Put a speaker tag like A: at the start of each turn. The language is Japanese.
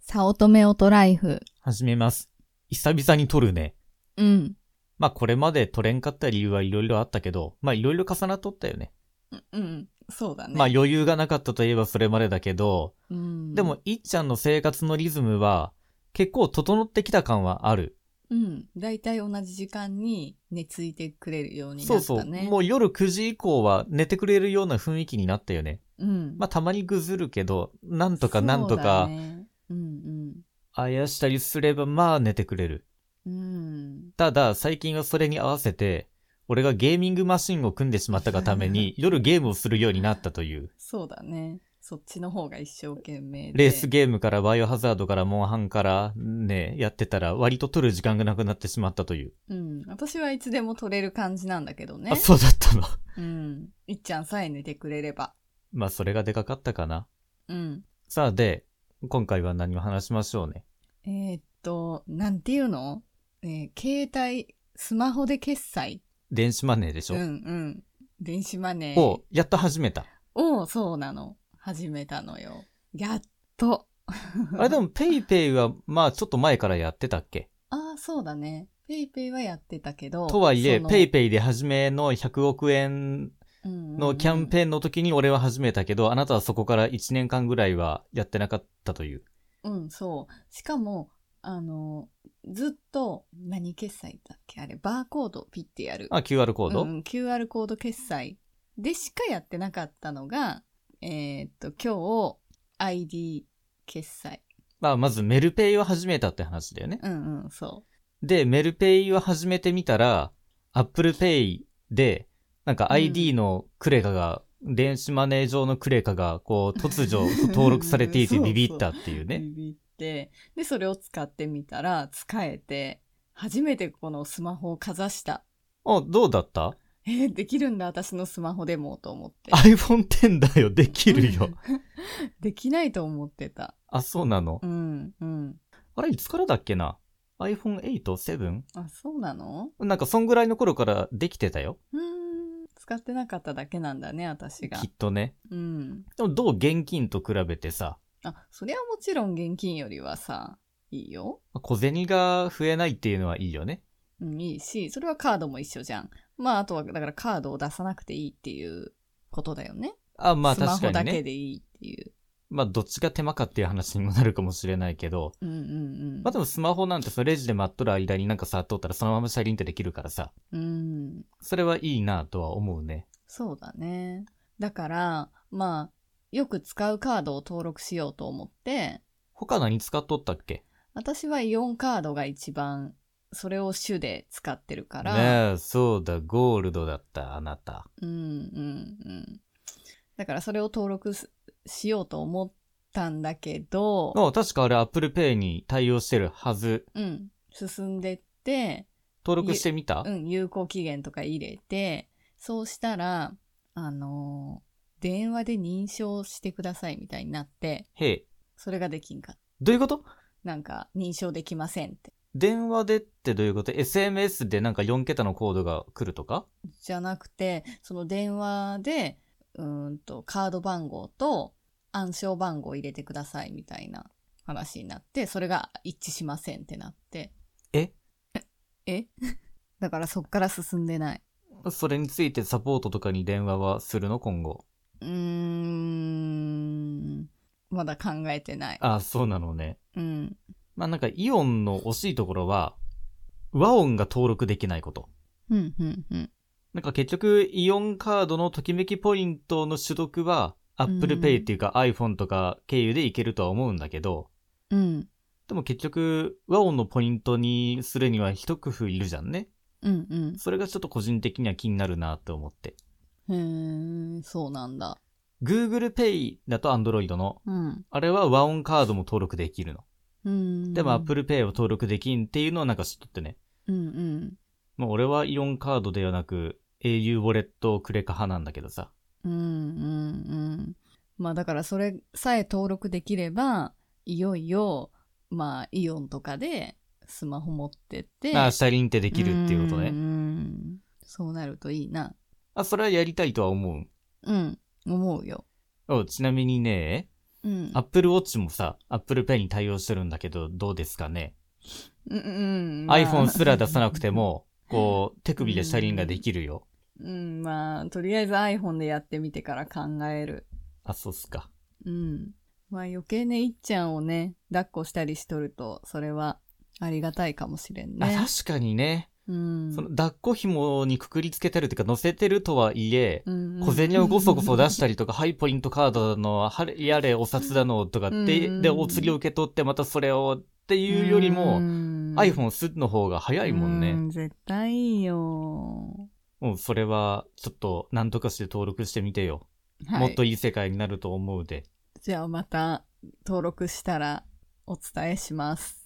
A: 早乙女オトライフ。
B: 始めます。久々に撮るね。
A: うん。
B: まあこれまで撮れんかった理由はいろいろあったけど、まあいろいろ重なっとったよね。
A: うん。そうだね。
B: まあ余裕がなかったといえばそれまでだけど、
A: うん、
B: でも、いっちゃんの生活のリズムは結構整ってきた感はある。
A: うん。だいたい同じ時間に寝ついてくれるように
B: そ
A: な
B: う
A: った
B: そう。
A: ね。
B: もう夜9時以降は寝てくれるような雰囲気になったよね。
A: う、ん。
B: まあたまにぐずるけど、なんとかなんと
A: そうだ
B: か、
A: ねうん
B: あやしたりすればまあ寝てくれる。
A: うん。うん。
B: ただ、最近はそれに合わせて、俺がゲーミングマシンを組んでしまったがため に、夜ゲームをするようになったという。
A: そうだね。そっちの方が一生懸命で。
B: レースゲームからバイオハザードからモンハンからね、やってたら割と取る時間がなくなってしまったという。
A: うん。私はいつでも取れる感じなんだけどね。
B: あ、そうだったの。
A: うん。いっちゃんさえ寝てくれれば。
B: まあ、それがでかかったかな。
A: うん。
B: さあ、で、今回は何を話しましょうね。
A: えーっと、なんていうのえー携帯、スマホで決済
B: 電子マネーでし
A: う
B: ょ、
A: んうん。電子マネー
B: を、やっと始めた。
A: を、そうなの。始めたのよ。やっと。
B: あれでも、ペイペイは、まあ、ちょっと前からやってたっけ
A: ああ、そうだね。ペイペイはやってたけど。
B: とはいえ、ペイ
A: イ
B: ペイで初めの100億円のキャン
A: ーン。
B: ペーンの時に俺は始めたけど、あなたはそこから1年間ぐらいはやってなかったという。
A: うん、そう。しかも、あの、ずっと、何決済だっけあれ、バーコードピッてやる。
B: あ、QR コード、
A: うん、QR コード決済でしかやってなかったのが、えーっと、今日、ID 決済。
B: まあ、まずメルペイを始めたって話だよね。
A: うんうん、そ
B: で、メルペイを始めてみたら、Apple Pay で、なんか ID のクレカが、電子マネー上のクレカが、こう、突如登録されていて
A: そうそう
B: ビビったっていう
A: う。
B: ね。
A: ビビって、で、それを使ってみたら、使えて、初めてこのスマホをかざした。
B: あ、どうだった
A: えーできるんだ、私のスマホでも、と思って。
B: ?iPhone X だよ、でき るよ。
A: できないと思ってた。
B: あ、そうなの
A: う。ん、うん。
B: あれ、いつからだっけな ?iPhone 8、7?
A: あ、そうなの
B: なんか、そんぐらいの頃からできてたよ。
A: うーん、使ってなかっただけなんだね、私が
B: き。っとね。
A: うん。
B: でも、どう現金と比べてさ、
A: あ、それはもちろん現金よりはさ、いいよ。
B: 小銭が増えないっていうのはいいよね。
A: うん、いいし、それはカードも一緒じゃん。まあ、あとは、だからカードを出さなくていいっていうことだよね。
B: あ、まあ
A: スマ
B: 確か
A: ホ
B: に
A: だ
B: ね。
A: けでいいっていう。
B: まあ、どっちが手間かっていう話にもなるかもしれないけど、
A: うんうんうん。
B: まあでもスマホなんてそのレジで待っとる間になんか触っとったらそのままシャリンってできるからさ、
A: うん。
B: それはいいなとは思うね。
A: そうだね。だから、まあ、よく使うカードを登録しようと思って、
B: 他何使っとったっけ
A: 私はイオンカードが一番、それを主で使ってるから、
B: ねえ、そうだ、ゴールドだった、あなた。
A: うんうんうん。だからそれを登録すしようと思ったんだけど、
B: あ確かあれ Apple Pay に対応してるはず。
A: うん、進んでって、
B: 登録してみた、
A: うん、有効期限とか入れて、そうしたら、あのー電話で認証してくださいみたいになって、
B: へえ、
A: それができんかっ
B: どういうこと
A: た。なんか、認証できませんって。
B: 電話でってどういうこと ?SMS でなんか4桁のコードが来るとか
A: じゃなくて、その電話で、うーんと、カード番号と暗証番号入れてくださいみたいな話になって、それが一致しませんってなって。
B: え
A: え だからそっから進んでない。
B: それについてサポートとかに電話はするの今後。
A: うーん、まだ考えてない。
B: あ、そうなのね。
A: うん。
B: まあなんかイオンの惜しいところは、和音が登録できないこと。
A: うん、うん、うん。
B: なんか結局、イオンカードのときめきポイントの取得は、Apple
A: うん
B: Pay っていうか iPhone とか経由でいけるとは思うんだけど、
A: うん、
B: でも結局、和音のポイントにするには一工夫いるじゃんね。
A: うん、うん。
B: それがちょっと個人的には気になるなと思って。
A: へー、そうなんだ。
B: Google Pay だと Android の、
A: うん。
B: あれは和音カードも登録できるの。
A: うん。
B: でも Apple Pay を登録できんっていうのをなんか知っとってね。
A: うん、うん。
B: まあ、俺はイオンカードではなく、au ウォレットクレカ派なんだけどさ。
A: うんうんうん。まあだからそれさえ登録できれば、いよいよ、まあイオンとかでスマホ持ってって。
B: ああ、シャリンってできるっていうこと
A: うん
B: ね。
A: うんそうなるといいな。
B: あ、それはやりたいとは思う
A: うん。思うよ。
B: お。ちなみにね、
A: うん。
B: Apple Watch もさ、Apple Pay に対応してるんだけど、どうですかね、
A: うんうん、まあ
B: ?iPhone すら出さなく ても、こう、手首で車輪ができるよ。
A: うん、まあ、とりあえず iPhone でやってみてから考える。
B: あ、そうっすか。
A: うん。まあ余計ね、いっちゃんをね、抱っこしたりしとると、それはありがたいかもしれん
B: あ、
A: ね。
B: 確かにね。
A: うん。
B: その、抱っこ紐にくくりつけてるっていうか、乗せてるとはいえ、
A: うん、
B: 小銭をごそごそ出した
A: り。
B: りとか、ハイポイントカードだの、はれやれお札だのとかって、
A: うん
B: で、お釣りを受け取ってまたそれをっていうよりも、iPhone すの方が早いもん
A: う
B: ね。
A: ん絶対いいよ。
B: もうそれは、ちょっと、なんとかして登録してみてよ。
A: はい
B: もっといい世界になると思うで。
A: じゃあまた登録したらお伝えします。